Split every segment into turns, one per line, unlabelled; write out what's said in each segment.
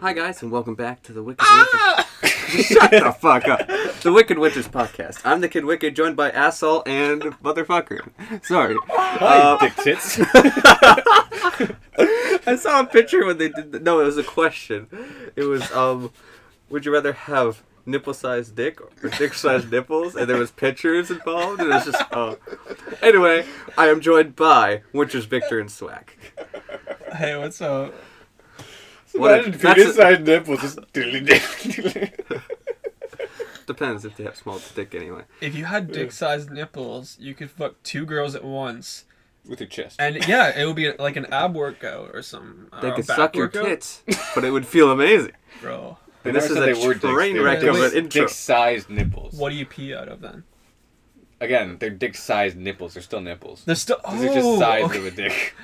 Hi guys, and welcome back to the Wicked
Ah!
Witches. Shut the fuck up. The Wicked Witches podcast. I'm the Kid Wicked, joined by asshole and motherfucker. Sorry.
Hi,
Uh,
dick tits.
I saw a picture when they did. The, no, it was a question. It was um, would you rather have nipple-sized dick or dick-sized nipples? And there was pictures involved, and it was just oh. Anyway, I am joined by Winters, Victor, and Swack.
Hey, what's up?
What
Imagine
if- that's a-
penis sized nipples just dilly dilly.
Depends if they have small dick anyway.
If you had dick-sized nipples, you could fuck two girls at once,
With your chest.
and yeah, it would be like an ab workout or some.
They
or a
could
Uh, back
suck your
workout.
tits, but it would feel amazing.
bro.
They
this
never
is
said
a
they were dicks,
train
they were
wreck
of an
intro.
Dick sized nipples.
What do you pee out of then?
Again, they're dick sized nipples. They're still nipples.
There's still oh,
These are just size
okay.
of a dick.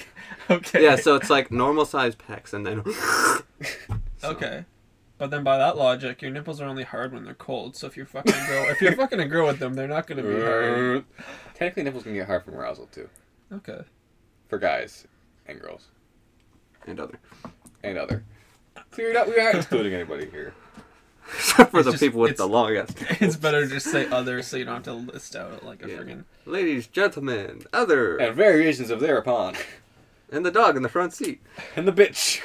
okay,
Yeah, so it's like normal size pecs, and then
okay. But then by that logic, your nipples are only hard when they're cold. So if you're fucking a girl, if you're fucking a girl with them, they're not gonna be hard.
Technically, nipples can get hard from arousal too.
Okay.
For guys and girls
and other.
and other. Clear it up. We aren't excluding anybody here.
Except for
It's
the
just-
people with
it's-
the longest.
It's better to just say other, so you don't have to list out like a
Yeah.
friggin'
Ladies, gentlemen, other,
And variations of thereupon.
and the dog in the front seat.
And the bitch.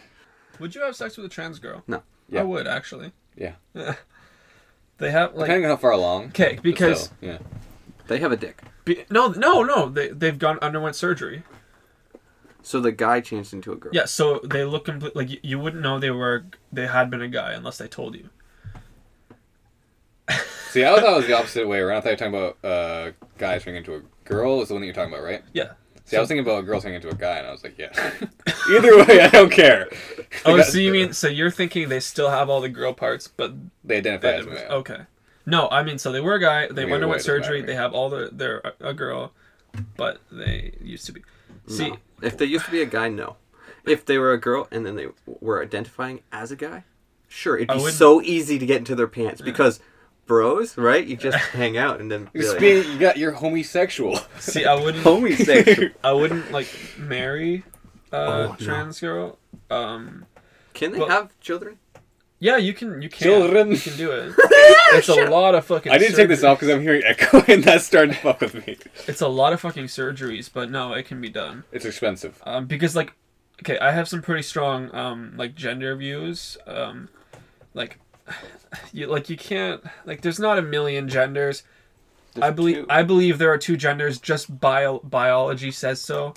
Would you have sex with a trans girl?
No.
Yeah.
I would actually.
Yeah.
They have like
Depending on how far along.
Okay, because
So, yeah.
They have a dick.
be, no, no, no. They they've gone underwent surgery.
So the guy changed into a girl.
Yeah, so they look complete. Like you, you wouldn't know they were they had been a guy unless they told you.
See, I thought it was the opposite way around. I thought you were talking about uh, guys turning into a girl. Is the one that you're talking about, right?
Yeah.
See, I was thinking about a girl turning into a guy, and I was like, yeah. Either way, I don't care.
Oh,
Like,
so you mean so you're thinking they still have all the girl parts, but
they identify as male?
okay. No, I mean so they were a guy. They
Either way,
underwent
it doesn't
surgery.
matter.
They have all the they're a- a girl, but they used to be. See,
If they used to be a guy, no. If they were a girl and then they were identifying as a guy, sure, it'd
I
be
wouldn't-
so easy to get into their pants because bros, right? You just hang out and then be
You're
like,
being- you got your homosexual.
see, I wouldn't.
homosexual.
I wouldn't like marry
Oh,
a
no.
trans girl. Um.
Can they
Well-
have children?
Yeah, you can. You can.
Children.
You can do it. It's a lot of fucking.
I didn't take this
surgery-
off because I'm hearing echo, and that's starting to fuck with me.
It's a lot of fucking surgeries, but no, it can be done.
It's expensive.
Um, because like, okay, I have some pretty strong um like gender views. Um, like, you like you can't like. There's not a million genders. I
There's
believe
two.
I believe there are two genders. Just bio biology says so.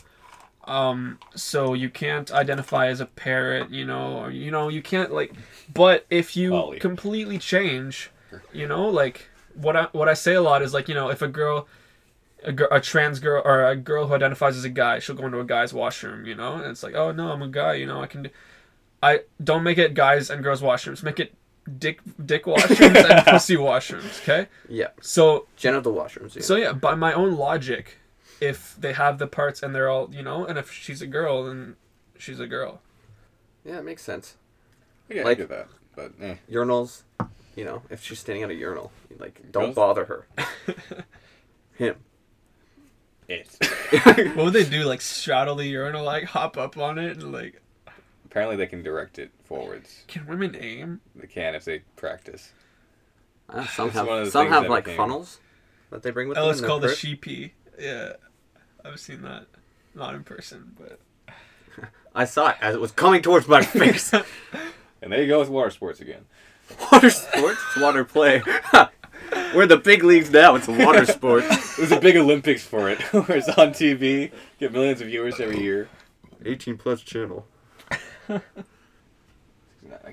Um, so you can't identify as a parrot, you know, or you know, you can't like. But if you
Poly.
completely change, you know, like what I what I say a lot is like you know if a girl. A, gir- a trans girl or a girl who identifies as a guy, she'll go into a guy's washroom, you know, and it's like, oh no, I'm a guy, you know, I can. Do... I don't make it guys and girls washrooms. Make it dick dick washrooms and pussy washrooms. Okay,
Yeah.
so
Genital washrooms. Yeah.
so yeah, by my own logic, if they have the parts and they're all, you know, and if she's a girl, then she's a girl.
yeah, it makes sense.
Yeah,
like-
I get that, but eh.
urinals, you know, if she's standing at a urinal, like don't
Girls-
bother her. Him.
it.
What would they do? Like straddle the urinal, like hop up on it, and like
Apparently, they can direct it forwards.
can women aim?
They can if they practice.
Uh, some
It's one of
have
the
some
things
have
that
like
became-
funnels that they bring with
Oh,
them.
it's
in their
called a
purse.
she pee. Yeah, I've seen that, not in person, but
I saw it as it was coming towards my face.
And there you go with water sports again.
water sports, it's water play. We're in the big leagues now. It's water sports.
There's a big Olympics for it, where it's on TV, get millions of viewers every year.
18 plus channel. Do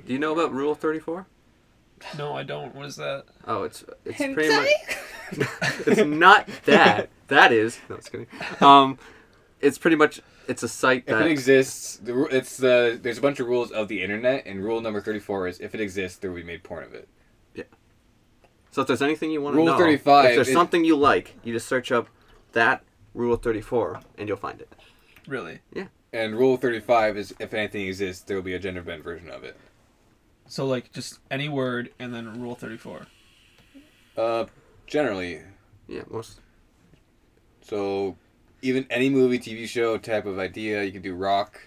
you know about Rule 34?
no, I don't. What is that?
Oh, it's it's pretty much. it's not that. That is no, it's kidding. Um, it's pretty much it's a site
If
that
it exists, the, ru- it's the there's a bunch of rules of the internet, and rule number thirty-four is if it exists, there will be made porn of it.
So if there's anything you want to
Rule
know,
35
if there's
is-
something you like, you just search up that Rule 34 and you'll find it.
Really?
And rule thirty-five is if anything exists, there will be a gender bent version of it.
So like just any word and then rule thirty four.
Uh, generally,
Yeah, most
so even any movie, TV show type of idea, you can do rock,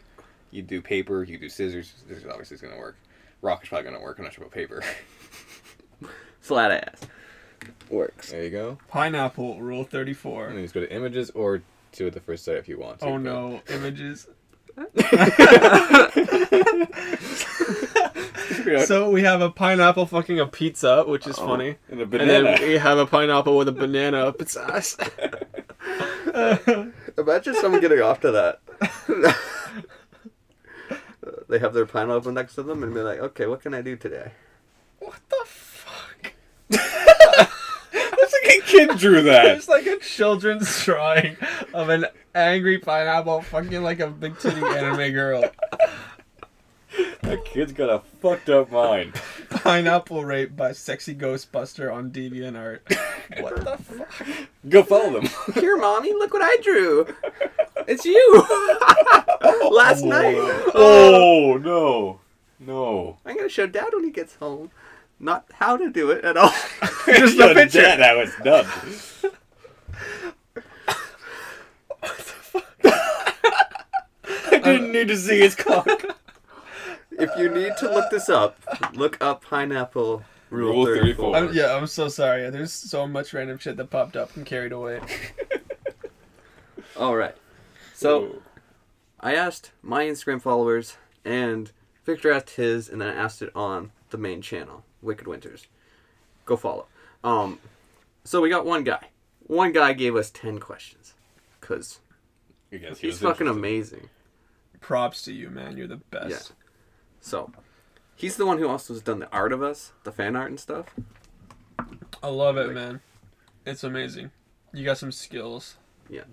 You do paper, you do scissors. Scissors obviously is gonna work. Rock is probably gonna work. I'm not sure about paper.
Flat ass. Works.
there you go.
Pineapple rule thirty
And
four.
then just go to images or do it the first sight if you want. to,
Oh
but-
no, images. So we have a pineapple fucking a pizza, which is funny.
and a
And
banana.
then we have a pineapple with a banana up its ass.
Imagine someone getting off to that. they have their pineapple next to them and be like, okay, what can I do today?
what the fuck?
That's like a kid drew that.
It's like a children's drawing of an angry pineapple fucking like a big titty anime girl.
that kid's got a fucked up mind.
Pineapple rape by sexy Ghostbuster on DeviantArt. What the fuck?
Go follow them.
Here, mommy, look what I drew. It's you. Last night.
oh no, no.
I'm gonna show dad when he gets home. Not how to do it at all.
Just
a picture.
That, that was dumb. I didn't need to see his cock.
if you need to look this up, look up pineapple rule,
Rule
34.
34.
I'm, yeah, I'm so sorry. There's so much random shit that popped up and carried away.
All right. So I asked my Instagram followers, and Victor asked his, and then I asked it on the main channel, Wicked Winters. Go follow. Um, so we got one guy. One guy gave us ten questions, cause
I guess he
he's
was
fucking
interested.
amazing.
Props to you, man. You're the best.
So he's the one who also has done the art of us, the fan art and stuff.
I love it, man. It's amazing. You got some skills.
Yeah.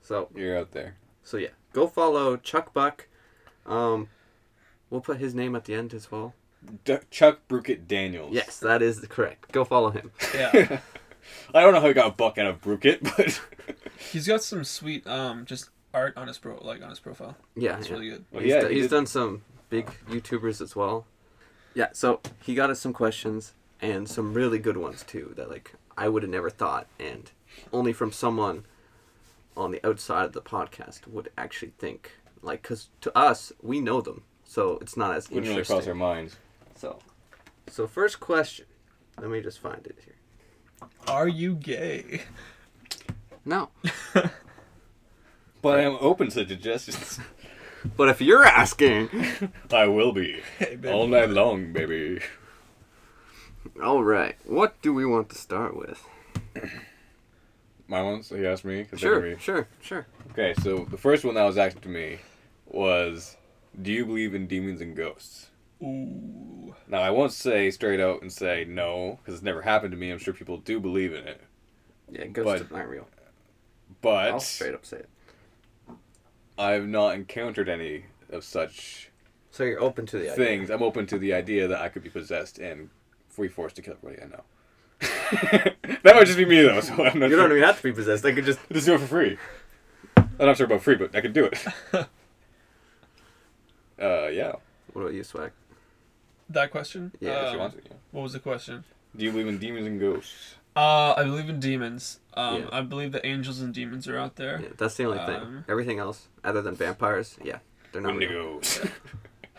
So
You're out there.
so yeah, go follow Chuck Buck. Um, we'll put his name at the end as well.
D- Chuck Brookett Daniels.
Yes, that is correct. Go follow him.
Yeah.
I don't know how he got Buck out of Brookett, but
He's got some sweet um just art on his pro like on his profile.
Yeah,
It's
yeah.
really good.
Well,
he's,
yeah,
do-
he
he's
did-
done some big YouTubers as well. Yeah, so he got us some questions and some really good ones too that like I would have never thought and only from someone on the outside of the podcast would actually think like cuz to us we know them. So it's not as
wouldn't really
interesting.
cross our minds.
So So first question. Let me just find it here.
Are you gay?
No.
But I am open to suggestions.
But if you're asking,
I will be
Hey, baby.
all night long, baby.
all right. What do we want to start with?
My ones. He asked me. 'cause they're gonna
Sure,
be-
sure, sure.
Okay, so the first one that was asked to me was, "Do you believe in demons and ghosts?"
Ooh.
Now I won't say straight out and say no because it's never happened to me. I'm sure people do believe in it,
Yeah, ghosts
But-
aren't real. I'll
but
straight up say it.
I've not encountered any of such
So you're open to the idea.
things. I'm open to the idea that I could be possessed and free forced to kill everybody I know. that might just be me though, so I'm not.
You
sure.
don't even have to be possessed. I could just.
Just do it for free. I'm not sure about free, but I could do it. uh, yeah.
What about you, Swag?
That question?
Yeah,
If
if
you
Um,
want to, yeah.
What was the question?
Do you believe in demons and ghosts?
Uh, I believe in demons. Um,
Yeah.
I believe that angels and demons are out there.
Yeah, that's the only thing.
Um,
Everything else, other than vampires, yeah, they're not real.
Wendigos.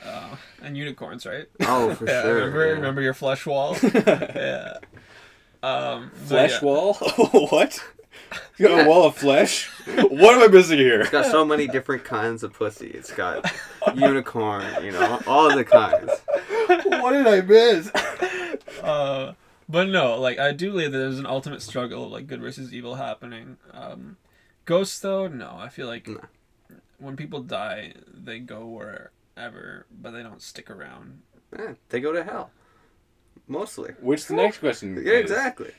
Uh, and unicorns, right?
Oh, for
yeah, I
sure.
remember,
yeah.
remember your flesh wall? yeah. Um, but
flesh
yeah.
wall? what? You got a wall of flesh? What am I missing here?
It's got so many different kinds of pussy. It's got unicorn, you know, all the kinds.
what did I miss?
Uh, but no, like I do believe that there's an ultimate struggle of like good versus evil happening. Um, ghosts, though, no, I feel like
No.
when people die, they go wherever, but they don't stick around.
Yeah, they go to hell, mostly.
Which the next question?
Yeah,
is,
exactly.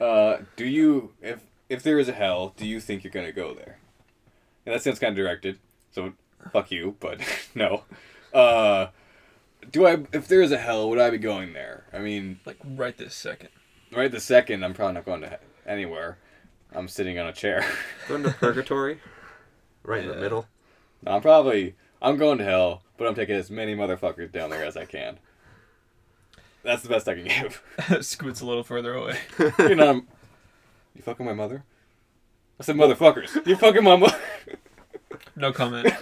Uh, do you if if there is a hell, do you think you're gonna go there? And that sounds kind of directed, so fuck you. But no. Uh, do I? If there is a hell, would I be going there? I mean,
Like right this second.
right the second, I'm probably not going to he- anywhere. I'm sitting on a chair.
Going to purgatory, right in
Yeah.
the middle.
I'm probably I'm going to hell, but I'm taking as many motherfuckers down there as I can. That's the best I can give.
Scoots a little further away.
you know, I'm, you fucking my mother. I said motherfuckers. You fucking my mother.
No comment.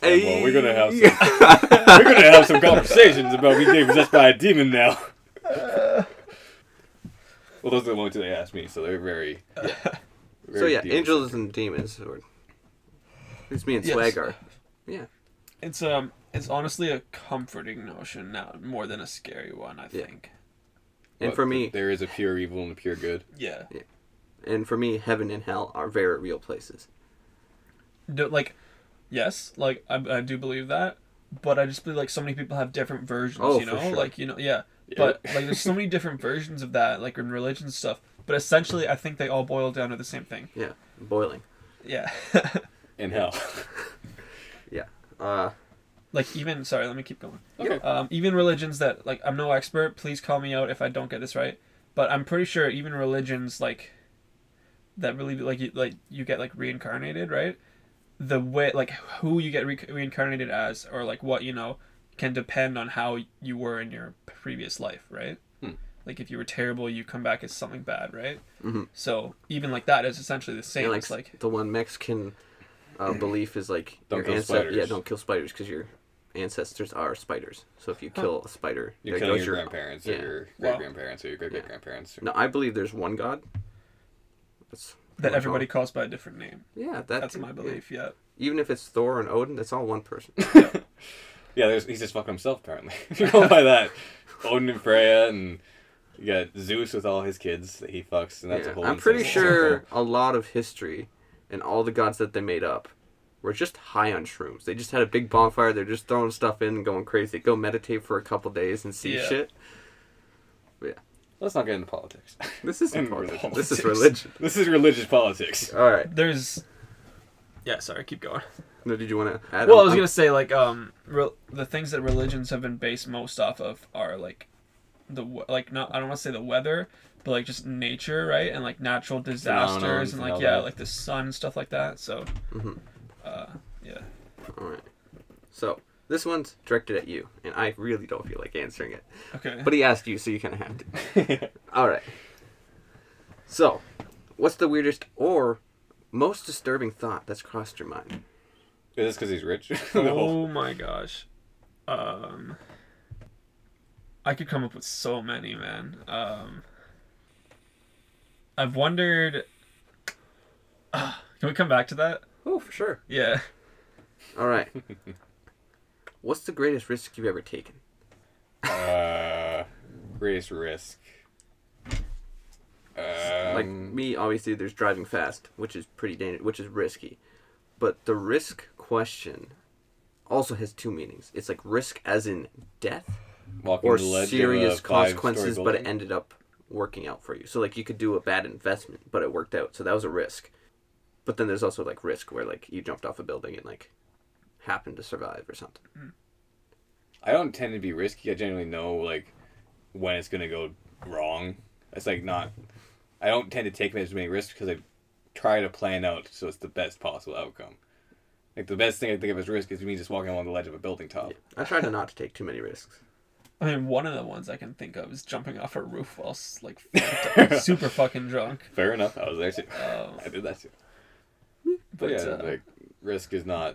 Hey. Well, we're gonna have some, we're gonna have some conversations about me being possessed by a demon now. well, those are the ones they asked me, so they're very.
so
very
yeah,
demon-
angels and demons. Or, at least me and
Yes.
Swag are. Yeah.
It's um, it's honestly a comforting notion now, more than a scary one. I
Yeah.
think.
And
but
for me,
there is a pure evil and a pure good.
Yeah.
and for me, heaven and hell are very real places.
do, like yes like I, I do believe that but i just believe like so many people have different versions
Oh,
you
for
know
sure.
like you know yeah but like there's so many different versions of that like in religion and stuff but essentially i think they all boil down to the same thing
Yeah, boiling.
yeah
in hell.
Uh,
like even sorry let me keep going
okay.
um, even religions that like i'm no expert please call me out if i don't get this right but i'm pretty sure even religions like that really like you like you get like reincarnated right the way like who you get re- reincarnated as or like what you know can depend on how you were in your previous life right
Hmm.
like if you were terrible you come back as something bad right
Mhm.
so even like that is essentially the same
and,
it's like
the one Mexican uh, belief is like
Don't
your
kill
ances-
spiders.
Yeah, don't kill spiders because your ancestors are spiders. So if you kill a spider,
You're
there
killing
goes
your grandparents or
yeah.
your
Wow.
great grandparents or your great great grandparents.
No, I believe there's one God. That's
that
my
everybody calls by a different name
Yeah, that
that's
too, oh.
my
yeah.
belief yeah
Even if it's Thor and Odin, that's all one person.
Yeah, there's, he's just fucking himself apparently. If you go by that, Odin and Freya, and you got Zeus with all his kids that he fucks, and that's
Yeah,
a whole.
I'm pretty
incest
sure
thing.
a lot of history and all the gods that they made up were just high on shrooms. They just had a big bonfire. They're just throwing stuff in and going crazy. Go meditate for a couple days and see
Yeah.
shit.
Let's not get into politics.
This is
And
important.
religion.
This is
Politics.
religion.
this is religious politics.
All right.
there's yeah sorry keep going
No, did you want to add?
well i was
I'm-
gonna say like um re- the things that religions have been based most off of are like the we- like not i don't want to say the weather but like just nature right and like natural disasters
Phenomenons
and
and
like
all
yeah
that.
like the sun and stuff like that so
Mhm.
uh yeah
All right. So this one's directed at you, and I really don't feel like answering it.
okay
But he asked you, so you kind of have to. All right. So, what's the weirdest or most disturbing thought that's crossed your mind?
Is this because he's rich? The whole-
oh my gosh um i could come up with so many man um i've wondered Ah, can we come back to that
Oh, for sure.
yeah
All right. what's the greatest risk you've ever taken?
uh, greatest risk. Um,
like me, obviously, there's driving fast, which is pretty dangerous, which is risky. But the risk question also has two meanings. It's like risk as in death,
walking
or
the ledge of a
serious
five-story
consequences, but it
building?
ended up working out for you. So like you could do a bad investment, but it worked out. So that was a risk. But then there's also like risk where like you jumped off a building and like happened to survive or something.
I don't tend to be risky. I generally know like when it's gonna go wrong. It's like not. I don't tend to take as many risks because I try to plan out so it's the best possible outcome. Like the best thing I think of as risk is me just walking along the ledge of a building top.
I tried to not to take too many risks.
I mean, one of the ones I can think of is jumping off a roof while s- like fucked- super fucking drunk.
Fair enough. I was there too.
Um,
I did that too. But
but
yeah,
uh,
like risk is not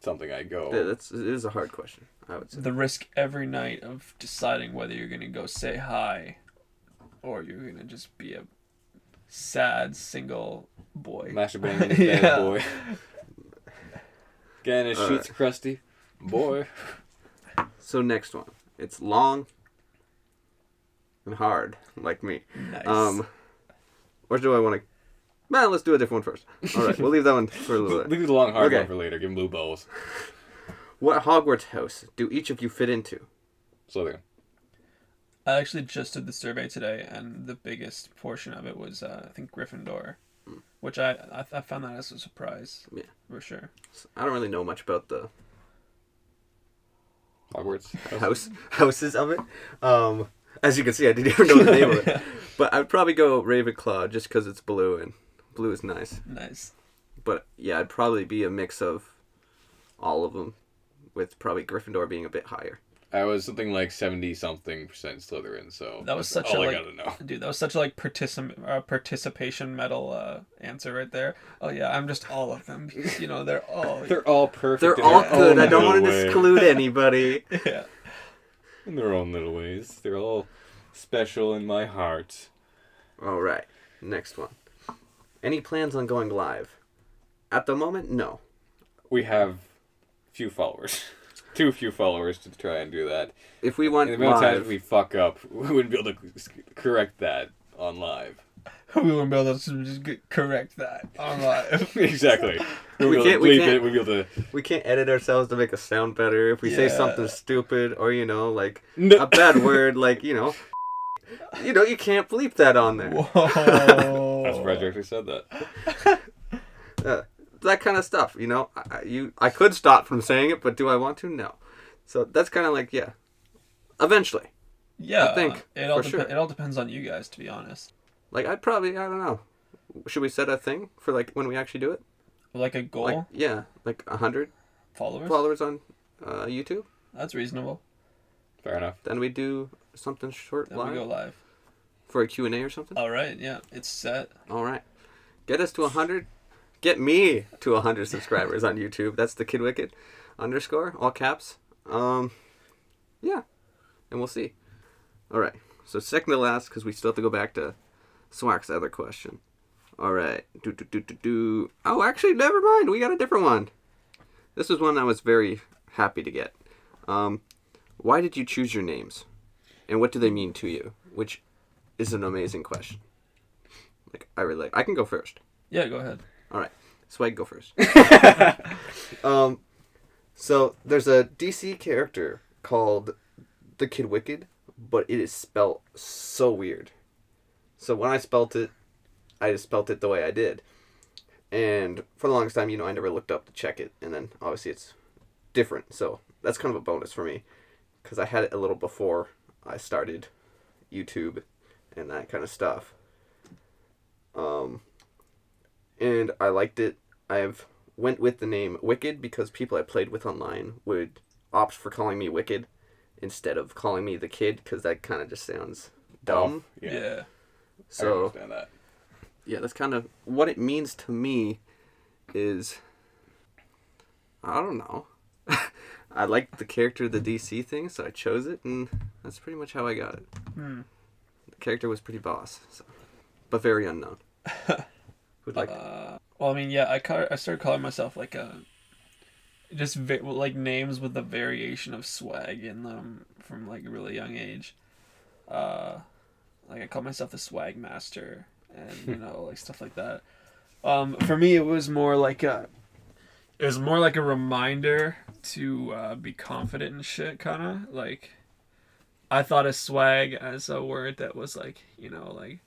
something I go.
Yeah, that's it is a hard question. I would say.
the risk every night of deciding whether you're gonna go say hi, or you're gonna just be a sad single boy.
Masturbating in his bed,
Yeah.
boy. Getting his
All
sheets crusty, boy.
So next one. It's long and hard, like me.
Nice.
Um, or do I want to? Man, let's do a different one first. All right, we'll leave that one for a little bit.
Leave the long hard
Okay.
one for later. Give him blue balls.
What Hogwarts house do each of you fit into?
Slow down.
I actually just did the survey today, and the biggest portion of it was uh, I think Gryffindor, which I, I I found that as a surprise.
Hmm. Yeah.
for sure.
I don't really know much about the
Hogwarts.
house houses of it. Um, as you can see, I didn't even know the name of it. But I'd probably go Ravenclaw just because it's blue and blue is nice.
Nice.
But yeah, I'd probably be a mix of all of them, with probably Gryffindor being a bit higher.
I was something like seventy something percent Slytherin. So
That was
that's
such a,
all I
like-
gotta know.
Dude, that was such a like particip- uh, participation medal uh, answer right there. Oh yeah, I'm just all of them. because, You know, they're all
They're all perfect.
They're
in
all
their
good. I
own
don't
little
want to
Oh, way.
exclude anybody.
yeah.
In their own little ways, they're all special in my heart.
All right, next one. Any plans on going live? At the moment, no.
We have few followers, too few followers to try and do that.
If we
And
want
the amount of times
live,
we fuck up, we wouldn't be able to c- correct that on live.
We wouldn't be able to just get- correct that on live.
exactly. We'd
We
be able to
can't- we
bleep
can't-
it. We'd be able to.
we can't edit ourselves to make us sound better. If we say
Yeah.
something stupid or you know like
No.
a bad word, like you know, you know you can't bleep that on there. Oh.
Whoa.
That's why I actually said that.
that kind of stuff. You know, I, I- you I could stop from saying it, but do I want to? No. So that's kind of like yeah. Eventually,
Yeah,
I think,
it all
for
depe-
sure.
it all depends on you guys, to be honest.
like I'd probably I don't know. Should we set a thing for like when we actually do it?
Like a goal,
Like yeah, like a hundred
followers.
followers on uh, YouTube.
That's reasonable.
Fair enough.
Then we do something short
Then we
live
go live.
for a Q and A or something.
All right, yeah, it's set.
All right, get us to a hundred. Get me to a hundred subscribers on YouTube. That's the Kid Wicked underscore all caps. Um, yeah, and we'll see. All right. So second to last, because we still have to go back to Swack's other question. All right. Do do do do do. Oh, actually, never mind. We got a different one. This is one I was very happy to get. Um, why did you choose your names, and what do they mean to you? Which is an amazing question. Like I really, I can go first.
Yeah, go ahead.
All right, so I can go first. um, so there's a DC character called the Kid Wicked, but it is spelt so weird. So when I spelt it, I just spelt it the way I did. And for the longest time, you know, I never looked up to check it, and then obviously it's different. So that's kind of a bonus for me, because I had it a little before I started YouTube and that kind of stuff. Um, and I liked it. I've went with the name Wicked because people I played with online would opt for calling me Wicked instead of calling me the Kid because that kind of just sounds dumb.
Yeah.
Yeah.
I
So
understand that.
yeah, that's kind of what it means to me. Is I don't know. I liked the character of the DC thing, so I chose it, and that's pretty much how I got it.
Hmm.
The character was pretty boss, so. but very unknown. Who'd like?
Uh, well, I mean, yeah, I ca- I started calling myself like a just va- well, like names with a variation of swag in them from like a really young age. Uh, like I called myself the swag master, and you know, like stuff like that. Um, for me, it was more like a it was more like a reminder to uh, be confident and shit, kind of like. I thought of swag as a word that was like, you know, like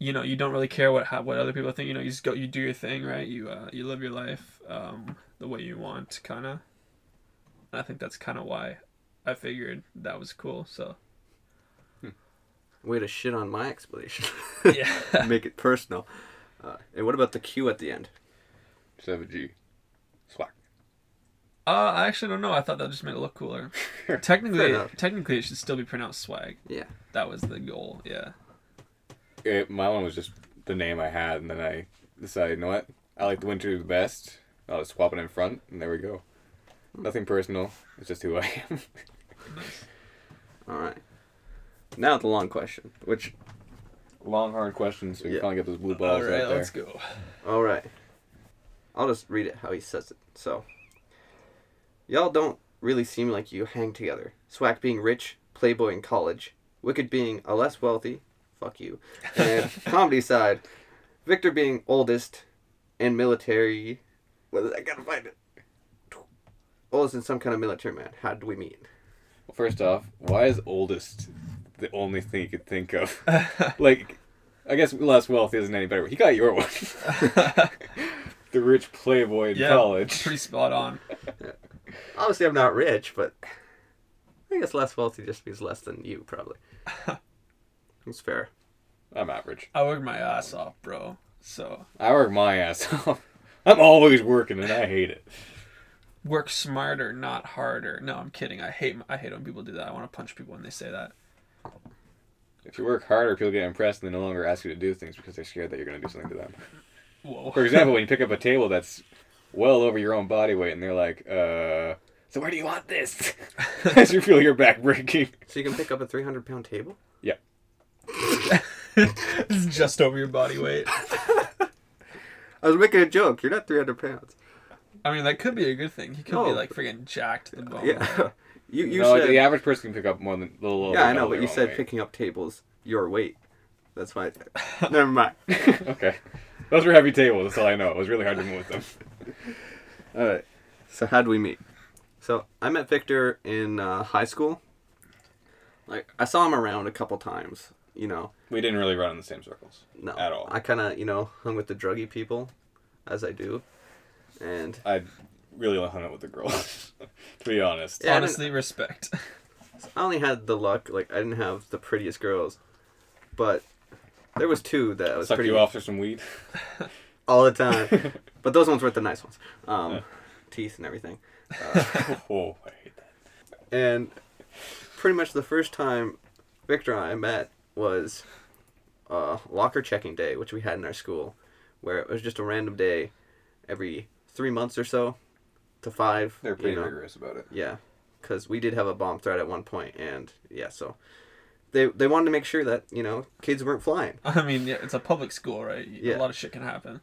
you know you don't really care what how, what other people think you know you just go you do your thing right you uh, you live your life um, the way you want kind of i think that's kind of why i figured that was cool so
Way to shit on my explanation.
yeah
Make it personal. Uh, and what about the Q at the end?
Seven G. Swag.
uh, i actually don't know i thought that just made it look cooler
Fair
technically
enough.
technically it should still be pronounced swag
Yeah.
that was the goal yeah
It, my one was just the name I had, and then I decided, you know what? I like the winter the best. I'll just swap it in front, and there we go. Nothing personal. It's just who I am.
All right. Now the long question, which
Long, hard questions. We can
Yeah.
finally get those blue balls
all right
right there.
let's go
All right. I'll just read it how he says it. So, y'all don't really seem like you hang together. Swack being rich, playboy in college, Wicked being a less wealthy, fuck you, and comedy side, Victor being oldest, and military. What is I gotta find it. Oldest and some kind of military man. How did we meet?
First off, why is oldest the only thing you could think of? like, I guess less wealth isn't any better. He got your one. the rich playboy in
yeah
college.
pretty spot on
Obviously, I'm not rich, but I think it's less wealthy just means less than you, probably. It's fair.
I'm average.
i worked my ass off bro so
I work my ass off. I'm always working, and I hate it.
work smarter, not harder. No, I'm kidding. I hate I hate when people do that. I want to punch people when they say that.
If you work harder, people get impressed and they no longer ask you to do things because they're scared that you're going to do something to them.
Whoa.
For example, when you pick up a table that's well over your own body weight and they're like, uh, so where do you want this? As you feel your back breaking.
So you can pick up a 300 pound table?
it's just over your body weight.
I was making a joke. You're not 300 pounds.
I mean, that could be a good thing. He could be
No.
like freaking jacked to the bone.
Oh. Yeah. you you
Oh, no,
said.
the
Yeah,
average person can pick up more than a little over
I know,
double
but
their
you
own
said
weight.
picking up tables your weight. That's why. I- Never mind.
okay. Those were heavy tables, that's all I know. It was really hard to move them.
All right. So how do we meet? So I met Victor in uh, high school. Like I saw him around a couple times. You know,
We didn't really run in the same circles.
no,
At all.
I kind of you know hung with the druggy people, as I do, and
I really only hung out with the girls, to be honest.
Yeah, I didn't-
Honestly, respect.
I only had the luck. Like I didn't have the prettiest girls, but there was two that I was
Suck
pretty
you off for some weed.
all the time. but those ones weren't the nice ones. Um, Teeth and everything.
oh, I hate that.
And pretty much the first time Victor and I met was uh, locker checking day, which we had in our school, where it was just a random day every three months or so to five.
They're pretty
you know.
rigorous about it.
Yeah, because we did have a bomb threat at one point, and yeah, so they they wanted to make sure that you know kids weren't flying,
I mean, yeah, it's a public school, right?
Yeah.
A lot of shit can happen.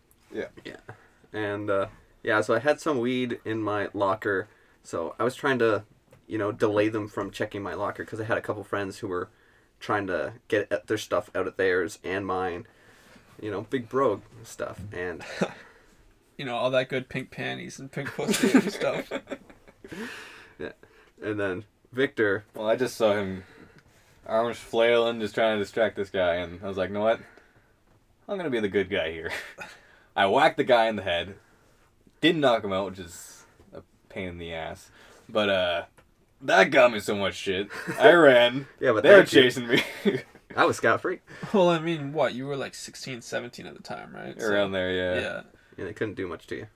and uh, yeah, so I had some weed in my locker, so I was trying to you know delay them from checking my locker because I had a couple friends who were trying to get at their stuff out of theirs and mine, you know, big bro stuff, and
You know, all that good pink panties and pink pussy and stuff.
and then Victor
Well, I just saw him arms flailing, just trying to distract this guy, and I was like, you know what? I'm gonna be the good guy here. I whacked the guy in the head, didn't knock him out, which is a pain in the ass. But uh, that got me so much shit. I ran.
Yeah, but
they were
thank you.
chasing me
I was scot free,
Well, I mean, what? You were like 16, 17 at the time, right? So,
around there. Yeah.
Yeah.
and they couldn't do much to you.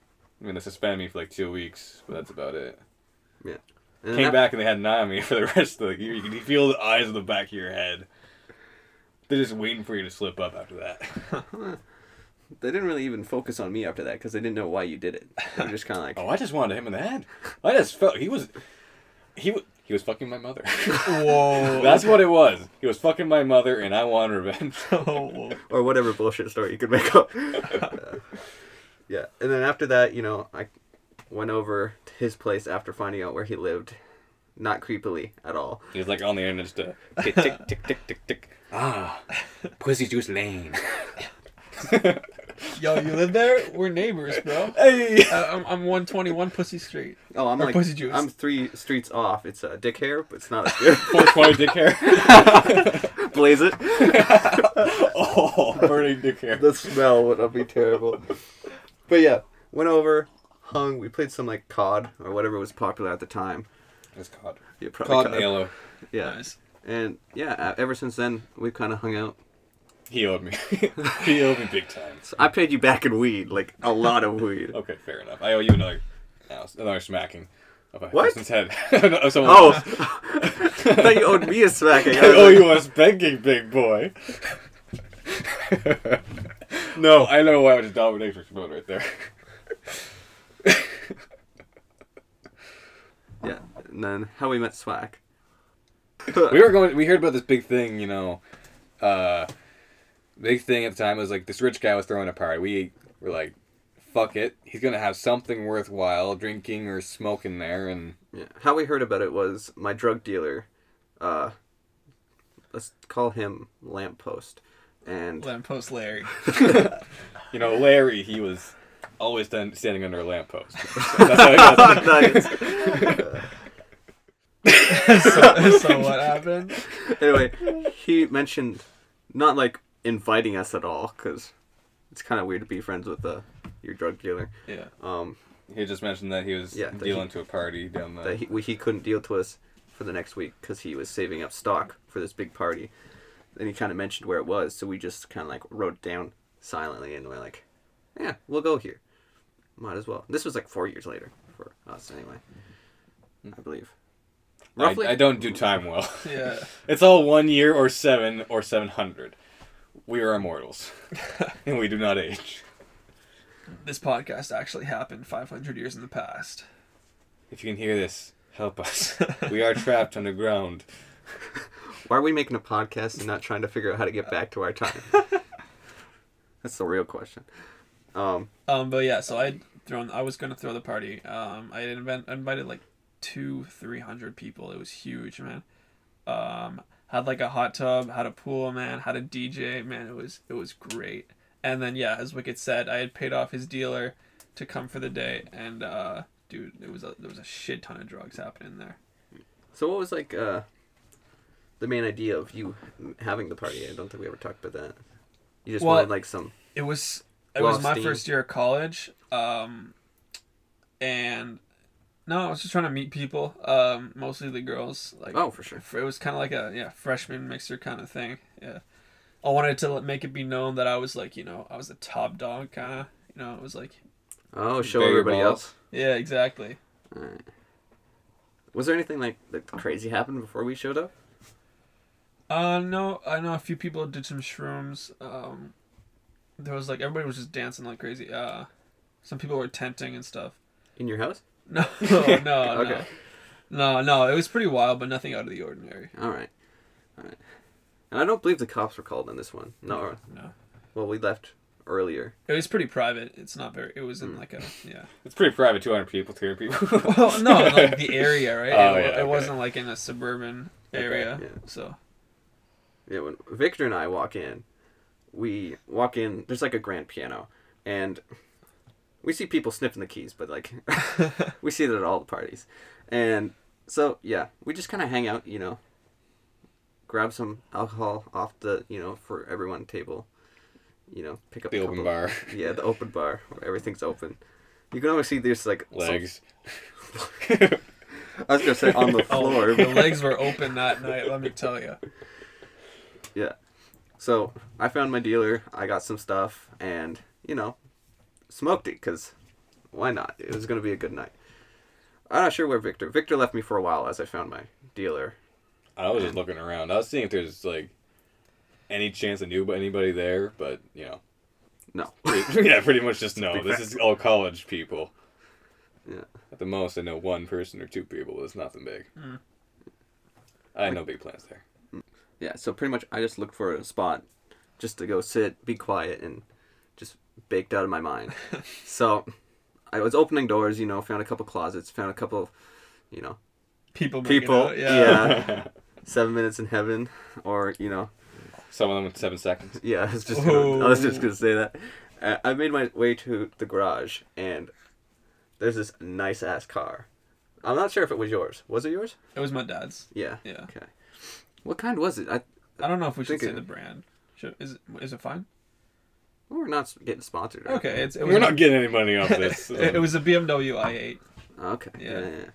I mean, they suspended me for like two weeks, but that's about it.
And
Came
that-
back and they had an eye on me for the rest of the year. You could feel the eyes on the back of your head. They're just waiting for you to slip up after that.
They didn't really even focus on me after that because they didn't know why you did it. They were just kind of like,
Oh, I just wanted him in the head. I just felt he was, he wa- he was fucking my mother.
Whoa.
That's what it was. He was fucking my mother, and I wanted revenge.
Whoa.
or whatever bullshit story you could make up. Uh, yeah, and then after that, you know, I went over to his place after finding out where he lived, not creepily at all.
He was like on the internet just a tick tick tick tick tick tick. Ah, Pussy Juice Lane.
Yo, you live there? We're neighbors, bro.
Hey.
Uh, I'm, I'm 121 Pussy Street.
Oh, I'm
Or
like,
Pussy Juice.
I'm three streets off. It's uh, dick hair, but it's not as good.
420 dick hair.
Blaze it.
oh, burning dick hair.
the smell would be terrible. But yeah, went over, hung. We played some like COD or whatever was popular at the time.
It's cod.
Yeah, probably
Cod and Halo.
Yeah,
Nice.
and yeah, uh, ever since then we've kind of hung out.
He owed me. he owed me big time.
So I paid you back in weed, like a lot of weed.
Okay, fair enough. I owe you another, another smacking. Of a
What?
person's head. Of someone
Oh,
else.
I thought you owed me a smacking. I was
oh,
like,
you was spanking, big boy. no, I know why I was dominatrix mode right there.
Yeah, and then how we met Swag.
We were going. We heard about this big thing, you know. Uh, big thing at the time was like this rich guy was throwing a party. We were like, "Fuck it, he's gonna have something worthwhile, drinking or smoking there." And
Yeah, how we heard about it was my drug dealer. Uh, let's call him lamppost, and
Lamppost Larry.
you know, Larry, he was always stand, standing under a lamppost. So that's how he got-
Nice.
so, so what happened?
anyway, he mentioned not like inviting us at all because it's kind of weird to be friends with uh, your drug dealer.
Yeah.
Um,
He just mentioned that he was
Yeah, that
dealing
he-
to a party down the.
that he, we, he couldn't deal to us for the next week because he was saving up stock for this big party. And he kind of mentioned where it was, so we just kind of like wrote it down silently and we're like, yeah, we'll go here. Might as well. This was like four years later. for us anyway. I believe.
Mm-hmm. I,
Roughly,
I don't do time well.
Yeah.
It's all one year or seven or seven hundred. We are immortals, and we do not age.
This podcast actually happened 500 years in the past.
If you can hear this, help us. We are trapped underground.
why are we making a podcast and not trying to figure out how to get back to our time? That's the real question. Um,
Um, but yeah, so I thrown. I was gonna throw the party. Um, I had invent, invited like two, three hundred people. It was huge, man. Um, had like a hot tub, had a pool, man, had a DJ, man. It was it was great. And then yeah, as Wicked said, I had paid off his dealer to come for the day, and uh, dude, it was a, there was a shit ton of drugs happening there.
so what was like uh, the main idea of you having the party? I don't think we ever talked about that. You just
Well,
wanted like some
it was it
Blow
was
off
my
steam.
first year of college um and no i was just trying to meet people um mostly the girls like
oh for sure.
it was kind of like a yeah freshman mixer kind of thing yeah i wanted to let- make it be known that i was like you know i was the top dog kind of you know it was like
Oh, show
Bare
everybody
balls.
else.
yeah exactly
Was there anything like that crazy happened before we showed up?
uh no i know a few people did some shrooms um there was like everybody was just dancing like crazy uh some people were tenting and stuff
In your house?
No, no,
Okay.
no, no, no. It was pretty wild, but nothing out of the ordinary.
All right. All right. And I don't believe the cops were called on this one. No. or-
No,
Well, we left earlier.
it was pretty private. It's not very. It was in like a yeah.
It's pretty private. Two hundred people, three hundred people.
Well, no, like the area, right?
Oh,
it, wa-
yeah,
it
okay.
wasn't like in a suburban area.
yeah.
So
Yeah, when Victor and I walk in, we walk in. There's like a grand piano, and we see people sniffing the keys, but like we see that at all the parties, and so yeah, we just kind of hang out, you know. Grab some alcohol off the you know for everyone table, you know. Pick up
the
a
open
couple-
bar,
Yeah, the open bar where everything's open. You can always see there's like some-
legs.
I was gonna say on the Oh,
Oh,
floor.
Oh, the legs were open that night. Let me tell you.
Yeah. So I found my dealer. I got some stuff, and you know, smoked it because why not? It was gonna be a good night. I'm not sure where Victor. Victor left me for a while as I found my dealer.
I was just looking around. I was seeing if there's like any chance I knew anybody there, but you know,
No.
pretty, yeah, pretty much just no. This is all college people.
Yeah.
At the most, I know one person or two people. It's nothing big. I had no big plans there.
Yeah. So pretty much, I just looked for a spot just to go sit, be quiet, and just baked out of my mind. so I was opening doors. You know, found a couple closets, found a couple, you know,
People. making
people.
out,
yeah. Seven minutes in heaven, or you know,
Some of them in seven seconds.
Yeah, I was just gonna, I was just gonna say that. Uh, I made my way to the garage, and there's this nice ass car. I'm not sure if it was yours. Was it yours?
It was my dad's.
Yeah.
Yeah.
Okay. What kind was it? I
I don't know if we should
Think
say
it-
the brand. Should, is it is it fine?
we're not getting sponsored. right?
Okay. It's it was
We're not getting any money off this.
it, it was a BMW i8.
Okay. Yeah.
Yeah.
yeah, yeah.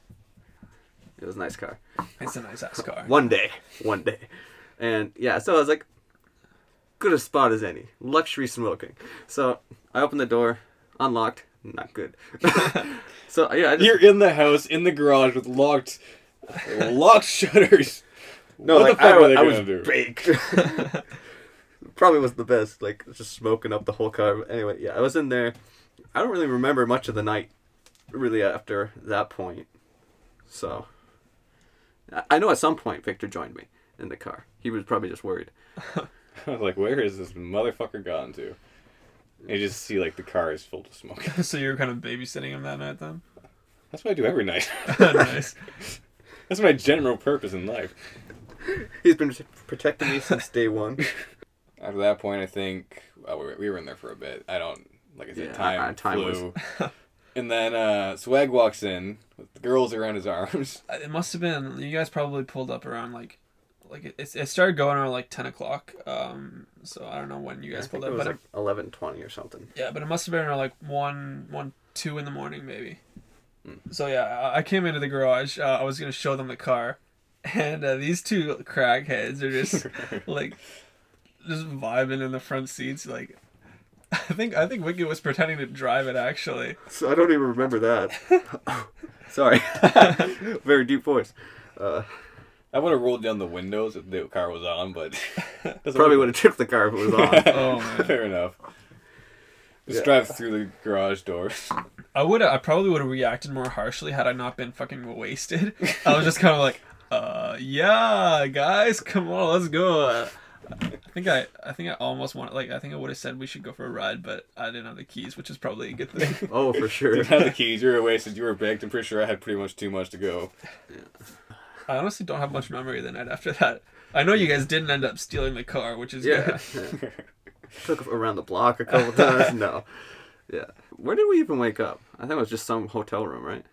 It was a nice car.
It's a nice ass car.
One day, one day, and yeah. So I was like, good a spot as any. Luxury smoking. So I opened the door, unlocked. Not good. so yeah, I just,
You're in the house, in the garage with locked, locked shutters.
No,
what
like,
the fuck
I,
were
I
they gonna
was
do?
baked. Probably was the best, like just smoking up the whole car. But Anyway, yeah, I was in there. I don't really remember much of the night, really after that point. So, I- I know at some point Victor joined me in the car. He was probably just worried.
I was like, where is this motherfucker gone to? And you just see like the car is full of smoke.
so you were kind of babysitting him that night then.
That's what I do every night.
nice.
That's my general purpose in life.
He's been protecting me since day one.
After that point, I think well, we, were, we were in there for a bit. I don't like I said,
Yeah,
time,
uh, time
flew. and then uh, Swag walks in with the girls around his arms.
Uh, it must have been you guys probably pulled up around like like it, it it started going around like 10 o'clock um so i don't know when you
I
guys
think
pulled
it
up
was
but
like
it,
eleven twenty or something.
yeah but it must have been around like 1 1 2 in the morning maybe
Hmm.
so yeah I, I came into the garage uh, i was gonna show them the car and uh, these two crackheads are just like just vibing in the front seats like I think I think Wicked was pretending to drive it actually.
So I don't even remember that. Sorry, very deep voice. Uh,
I would have rolled down the windows if the car was on, but doesn't
probably would
work.
have tripped the car if it was on.
Oh, man.
fair enough. Just
Yeah.
drive through the garage door.
I would I probably would have reacted more harshly had I not been fucking wasted. I was just kind of like, uh, yeah, guys, come on, let's go. I think I I think I almost wanted like I think I would have said we should go for a ride, but I didn't have the keys, which is probably a good thing.
Oh, for sure.
Didn't have the keys. You were wasted. You were baked. I'm pretty sure I had pretty much too much to go.
I honestly don't have much memory of the night after that. I know you guys didn't end up stealing the car, which is
Yeah.
good.
yeah. Took around the block a couple times. No. Yeah. Where did we even wake up? I think it was just some hotel room, right?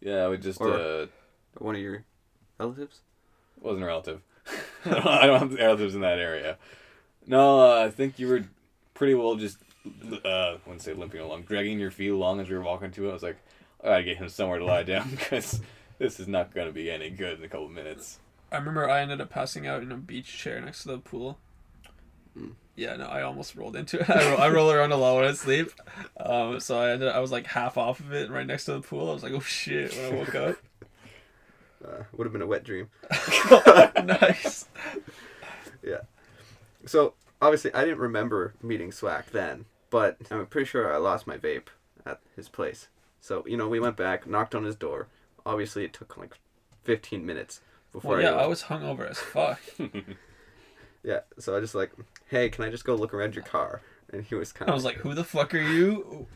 Yeah, we just
Or-
uh,
One of your relatives?
wasn't a relative. I don't have relatives in that area. No, uh, I think you were pretty well just uh, I wouldn't say limping along, dragging your feet along as we were walking to it. I was like, I gotta get him somewhere to lie down because this is not gonna be any good in a couple minutes.
I remember I ended up passing out in a beach chair next to the pool.
Hmm.
Yeah, no, I almost rolled into it. I roll, I roll around a lot when I sleep. Um, so I ended, I was like half off of it and right next to the pool. I was like, oh shit, when I woke up.
Uh, would have been a wet dream.
nice.
So obviously, I didn't remember meeting Swack then, but I'm pretty sure I lost my vape at his place. So you know, we went back, knocked on his door. Obviously, it took like 15 minutes before.
Well, yeah,
anyone-
I was hungover as fuck.
Yeah. So I just like, hey, can I just go look around your car? And he was kind
I
of
was like, who the fuck are you?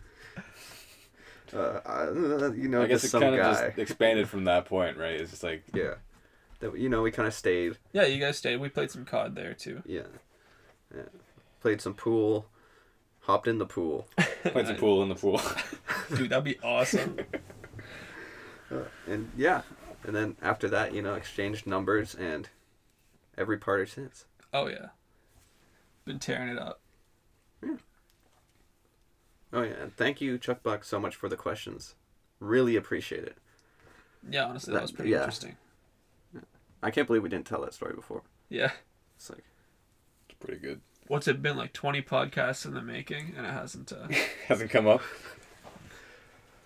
uh, uh, you know,
I guess
just
it
some
kind of
guy.
just expanded from that point, right? It's just like
Yeah. That you know, we kind of stayed.
Yeah, you guys stayed. We played some COD there too.
Yeah. yeah. Played some pool. Hopped in the pool.
playing some pool in the pool.
Dude, that'd be awesome.
And yeah, and then after that, you know, exchanged numbers and every part since.
Oh yeah, been tearing it up.
Oh yeah, and thank you, Chuck Buck, so much for the questions. Really appreciate it.
Yeah, honestly,
That-
that was pretty
yeah.
interesting.
I can't believe we didn't tell that story before.
Yeah.
It's like
It's pretty good.
What's it been like? Twenty podcasts in the making, and it hasn't. Uh...
Hasn't come up.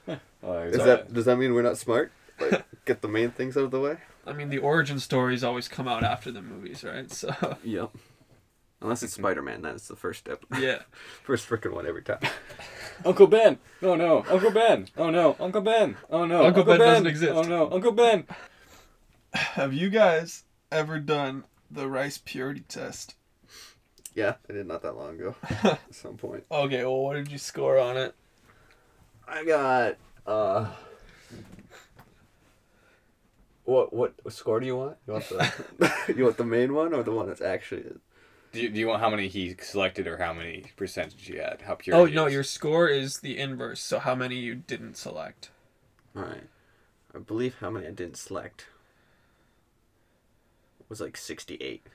Oh, it's
is
all
that
right.
does that mean we're not smart? Like get the main things out of the way?
I mean, the origin stories always come out after the movies, right? So,
Yep. Unless it's Spider Man, that's the first step.
yeah.
First freaking one every time.
Uncle Ben? Oh no, Uncle Ben! Oh no, Uncle Ben! Oh no,
Uncle Ben doesn't exist.
Oh no, Uncle Ben!
Have you guys ever done the rice purity test?
Yeah, I did not that long ago. at some point.
Okay, well, what did you score on it?
I got uh what what score do you want? You want the you want the main one or the one that's actually
Do you, do you want how many he selected or how many percentage he had? How pure?
Oh,
he
no,
is?
your score is the inverse, so how many you didn't select.
Alright. I believe how many I didn't select was like 68.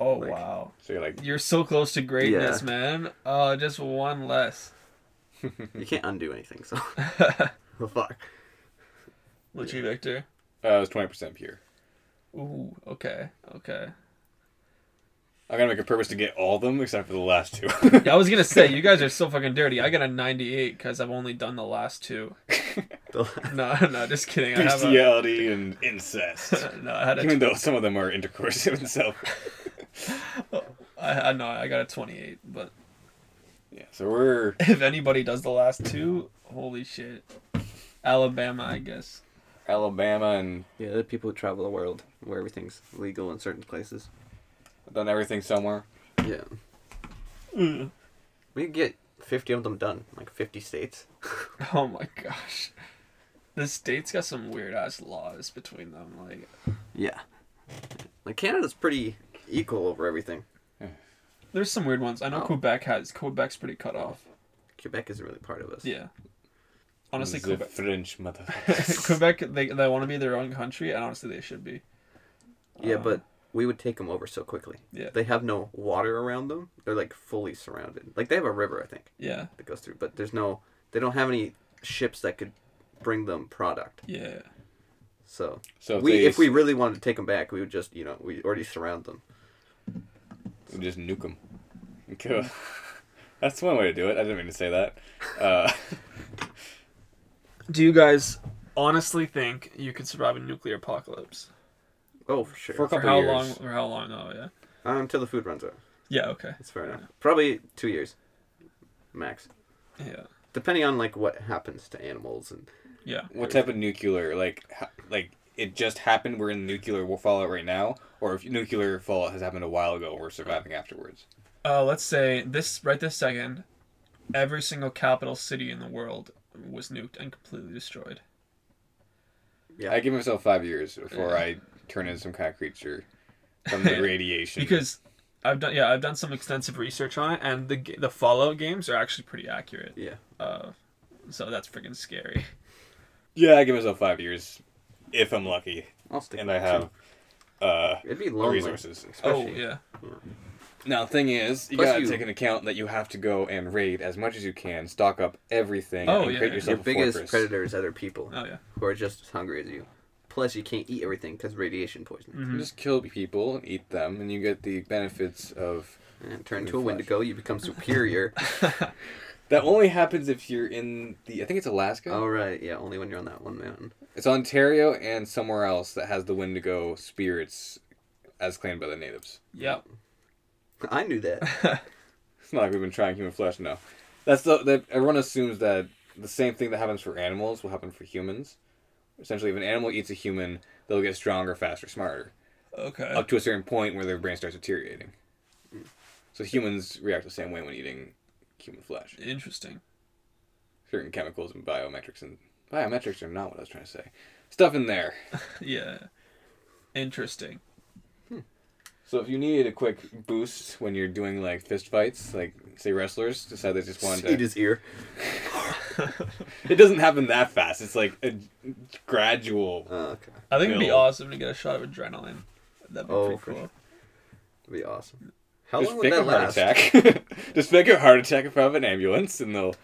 Oh,
Like-
wow.
So you're like,
You're so close to greatness,
Yeah.
man. Uh, just one less.
You can't undo anything, so. well, fuck.
Would you, Victor?
uh, it was twenty percent pure.
Ooh, okay, okay.
I'm gonna make a purpose to get all of them except for the last two.
Yeah, I was gonna say, you guys are so fucking dirty. I got a 98 because I've only done the last two.
The-
No, no, just kidding. I have a,
Bestiality and incest.
no, I had a
Even though some of them are intercourse in itself.
I, I know I got a 28, but
Yeah. So we're
if anybody does the last two, holy shit. Alabama, I guess.
Alabama and
yeah, the people who travel the world where everything's legal in certain places.
done everything somewhere.
Yeah. We could get 50 of them done, like 50 states.
Oh my gosh. The state's got some weird ass laws between them. Like,
Yeah. Like, Canada's pretty equal over everything.
there's some weird ones. I know
Oh.
Quebec has. Quebec's pretty cut off.
Quebec isn't really part of us.
Yeah. Honestly,
the
Quebec.
French motherfuckers.
Quebec, they, they want to be their own country, and honestly, they should be.
Yeah,
Um,
Uh,
but we would take them over so quickly.
Yeah.
They have no water around them. They're like fully surrounded. Like they have a river, I think,
Yeah,
that goes through, but there's no they don't have any ships that could bring them product.
yeah.
So,
So if
we
they-
if we really wanted to take them back, we would just, you know, we already surround them.
We just nuke them. Kill, That's one way to do it. I didn't mean to say that. Uh,
Do you guys honestly think you could survive a nuclear apocalypse?
Oh, for sure.
For a
For
couple
how
years.
long? For how long? Oh yeah.
Um, until the food runs out.
Yeah. Okay.
That's fair enough. Probably two years, max.
Yeah.
Depending on like what happens to animals and
Yeah.
what type of nuclear? Like, ha- like it just happened. We're in nuclear war- fallout right now, or if nuclear fallout has happened a while ago, and we're surviving afterwards.
Uh, let's say this right this second, every single capital city in the world was nuked and completely destroyed.
Yeah.
I give myself five years before I turn into some kind of creature from the radiation.
Because I've done yeah I've done some extensive research on it, and the g- the Fallout games are actually pretty accurate.
yeah.
Uh, so that's freaking scary.
yeah, I give myself five years if I'm lucky
I'll stick.
and
with
I
two.
have. Uh,
It'd be lonely.
resources.
Oh
Especially.
yeah.
now, the thing is, you
Plus
gotta
you-
take into account that you have to go and raid as much as you can, stock up everything,
Oh,
and
yeah.
create yourself
Your
a
biggest
fortress.
predator is other people
Oh yeah.
who are just as hungry as you. Plus, you can't eat everything because radiation poisoning.
You just kill people and eat them, and you get the benefits of.
And turn
Your
into a
flesh.
Wendigo, you become superior.
That only happens if you're in the. I think it's Alaska.
All right, yeah, only when you're on that one mountain.
It's Ontario and somewhere else that has the Wendigo spirits, as claimed by the natives.
Yep.
I knew that.
It's not like we've been trying human flesh. No, that's the that everyone assumes that the same thing that happens for animals will happen for humans. Essentially, if an animal eats a human, they'll get stronger, faster, smarter,
Okay.
up to a certain point where their brain starts deteriorating. So humans react the same way when eating human flesh.
Interesting.
certain chemicals and biometrics and biometrics are not what I was trying to say. Stuff in there.
Yeah. Interesting.
So if you needed a quick boost when you're doing like fist fights, like say wrestlers decide they just want to.
Eat his ear.
It doesn't happen that fast. It's like a gradual.
Oh, okay.
I think it'd be
Bill.
awesome to get a shot of adrenaline. That'd be
Oh, for
pretty cool.
That'd be awesome. How
Just
long would
fake a
that last?
heart attack. just fake a heart attack in front of an ambulance, and they'll.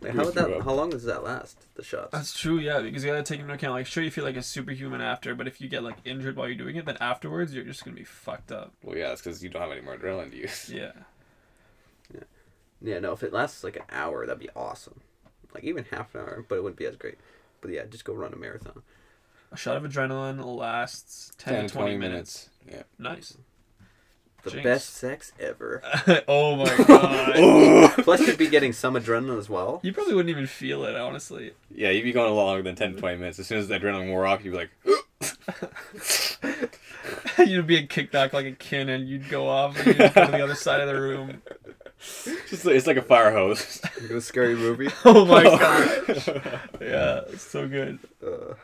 Like, how would
boost you
that?
up.
How long does that last? The shots.
That's true, yeah, because you gotta take into account like sure you feel like a superhuman after, but if you get like injured while you're doing it, then afterwards you're just gonna be fucked up.
Well, yeah, that's because you don't have any more adrenaline to use.
Yeah.
Yeah, no. If it lasts like an hour, that'd be awesome. Like even half an hour, but it wouldn't be as great. But yeah, just go run a marathon.
A shot of adrenaline lasts ten, to twenty, minutes.
Yeah.
Nice.
The
Jinx.
best sex ever.
oh my god.
Plus, you'd be getting some adrenaline as well.
you probably wouldn't even feel it, honestly.
Yeah, you'd be going longer than 10 to 20 minutes. As soon as the adrenaline wore off, you'd be like,
you'd be a kickback like a kid and you'd go off and you'd go to the other side of the room.
just, it's like a fire hose.
It was a scary movie.
Oh my god. Yeah, it's so good.
Uh,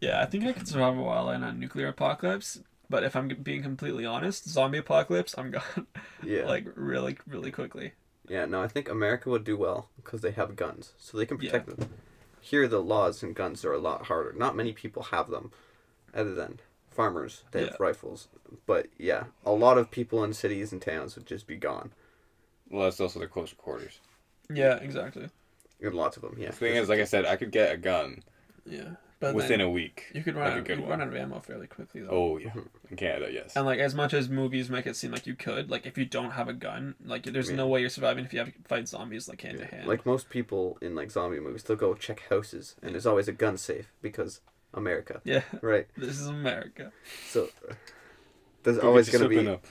Yeah, I think I could survive a while in a nuclear apocalypse, but if I'm being completely honest, zombie apocalypse, I'm gone
yeah.
like really, really quickly.
Yeah, no, I think America will do well because they have guns, so they can protect them. Here, the laws and guns are a lot harder. Not many people have them, other than farmers. They
Yeah.
have rifles, but yeah, a lot of people in cities and towns would just be gone,
Well, that's also the closer quarters.
Yeah, exactly.
and lots of them. Yeah,
The thing is, like I said, I could get a gun
Yeah, but
within
within
a week.
you could
like
run
a
out,
good Oh.
you
one.
run out of ammo fairly quickly though.
Oh yeah, in Canada, yes.
And like as much as movies make it seem like you could, like if you don't have a gun, like there's no way you're surviving if you have to fight zombies like hand to hand.
like most people in like zombie movies, they'll go check houses, and there's always a gun safe because America,
yeah,
right?
this is America.
So uh, there's
Go
always
get your
gonna be
slip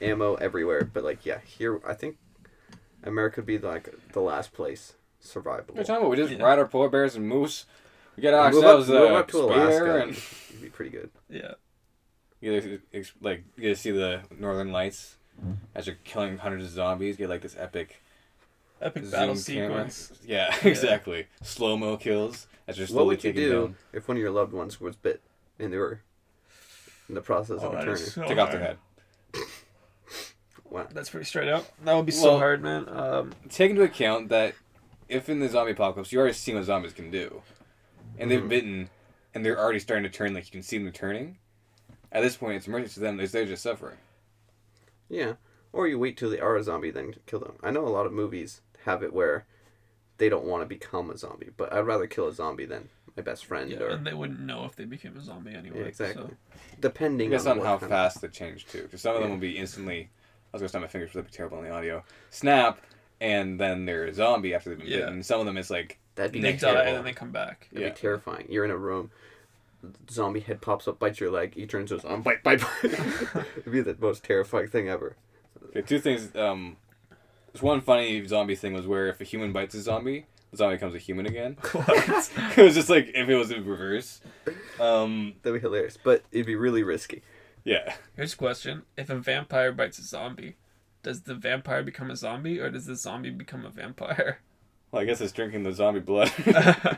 in
ammo everywhere, but like yeah, here I think America would be like the last place survivable.
a- What are you talking about? We just
Yeah.
ride our polar bears and moose. We get
Move
ourselves
up- move
a
up to
spear
Alaska.
and
It'd be pretty good.
Yeah,
you get, ex- like you get to see the northern lights as you're killing hundreds of zombies. Get like this epic
epic
zoom
battle
camera.
sequence.
Yeah, exactly. Slow mo kills as you're slowly
What would you
taking
do
down.
if one of your loved ones was bit and they were in the process
Oh,
of
that
returning?
is so
Take off their
hard.
head.
Wow.
That's pretty straight up. That would be so
Well-
hard, man. Um,
Take into account that if in the zombie apocalypse, you already seen what zombies can do,
Mm-hmm.
and they've bitten, and they're already starting to turn. Like you can see them turning. At this point, it's a mercy to them. They're just suffering.
Yeah. Or you wait till they are a zombie, then kill them. I know a lot of movies have it where they don't want to become a zombie, but I'd rather kill a zombie than my best friend.
yeah,
or
and they wouldn't know if they became a zombie anyway.
Yeah, exactly.
So.
Depending
Depends
on,
on
what
how
kind of-
fast they change too, because some of them
Yeah.
will be instantly was gonna snap my fingers, but that'd be terrible on the audio. Snap, and then they're a zombie after they've been
Yeah.
bitten. Some of them it's like
That'd be
They
Next
die
level.
and then they come back.
It'd
Yeah.
be terrifying. You're in a room, zombie head pops up, bites your leg, he turns his arm, bite, bite, bite. It'd be the most terrifying thing ever.
okay, two things. Um, this one funny zombie thing was where if a human bites a zombie, the zombie becomes a human again.
What?
it was just like if it was in reverse. Um,
That'd be hilarious, but it'd be really risky.
yeah.
Here's a question: If a vampire bites a zombie, does the vampire become a zombie, or does the zombie become a vampire?
Well, I guess it's drinking the zombie blood.
Yeah,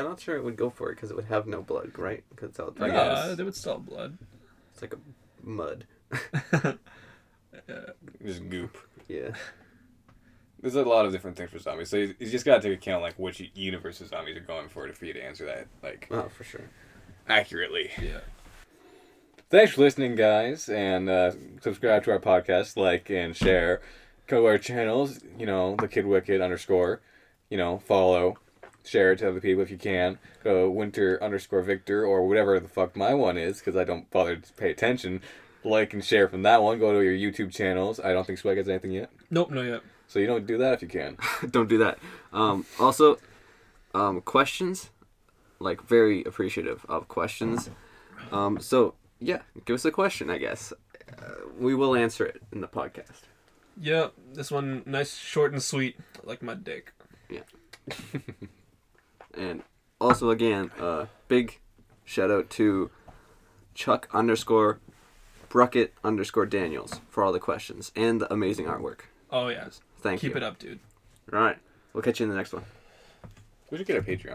I'm not sure it would go for it because it would have no blood, right? Because it's all
I
dry.
guess.
Uh, they would still have blood.
It's like a mud.
just goop.
Yeah.
There's a lot of different things for zombies, so you, you just gotta take account like which universe of zombies are going for it for you to answer that like
Oh, for sure.
accurately.
Yeah.
Thanks for listening, guys, and uh, subscribe to our podcast, like and share. Go to our channels, you know, the Kid Wicked underscore, you know, follow, share it to other people if you can. Go Winter underscore Victor or whatever the fuck my one is, because I don't bother to pay attention. Like and share from that one. Go to your YouTube channels. I don't think Swag has anything yet,
Nope, no yet.
so you don't do that if you can.
Don't do that. Um, also, um, questions, like very appreciative of questions. Um, so yeah, give us a question. I guess uh, we will answer it in the podcast.
Yeah, this one nice, short and sweet, like my dick.
And also, again, uh, big shout out to Chuck underscore Bruckett underscore Daniels for all the questions and the amazing artwork.
Oh yeah,
Thank
keep
you.
it up, dude.
All right, we'll catch you in the next one.
We should get a Patreon.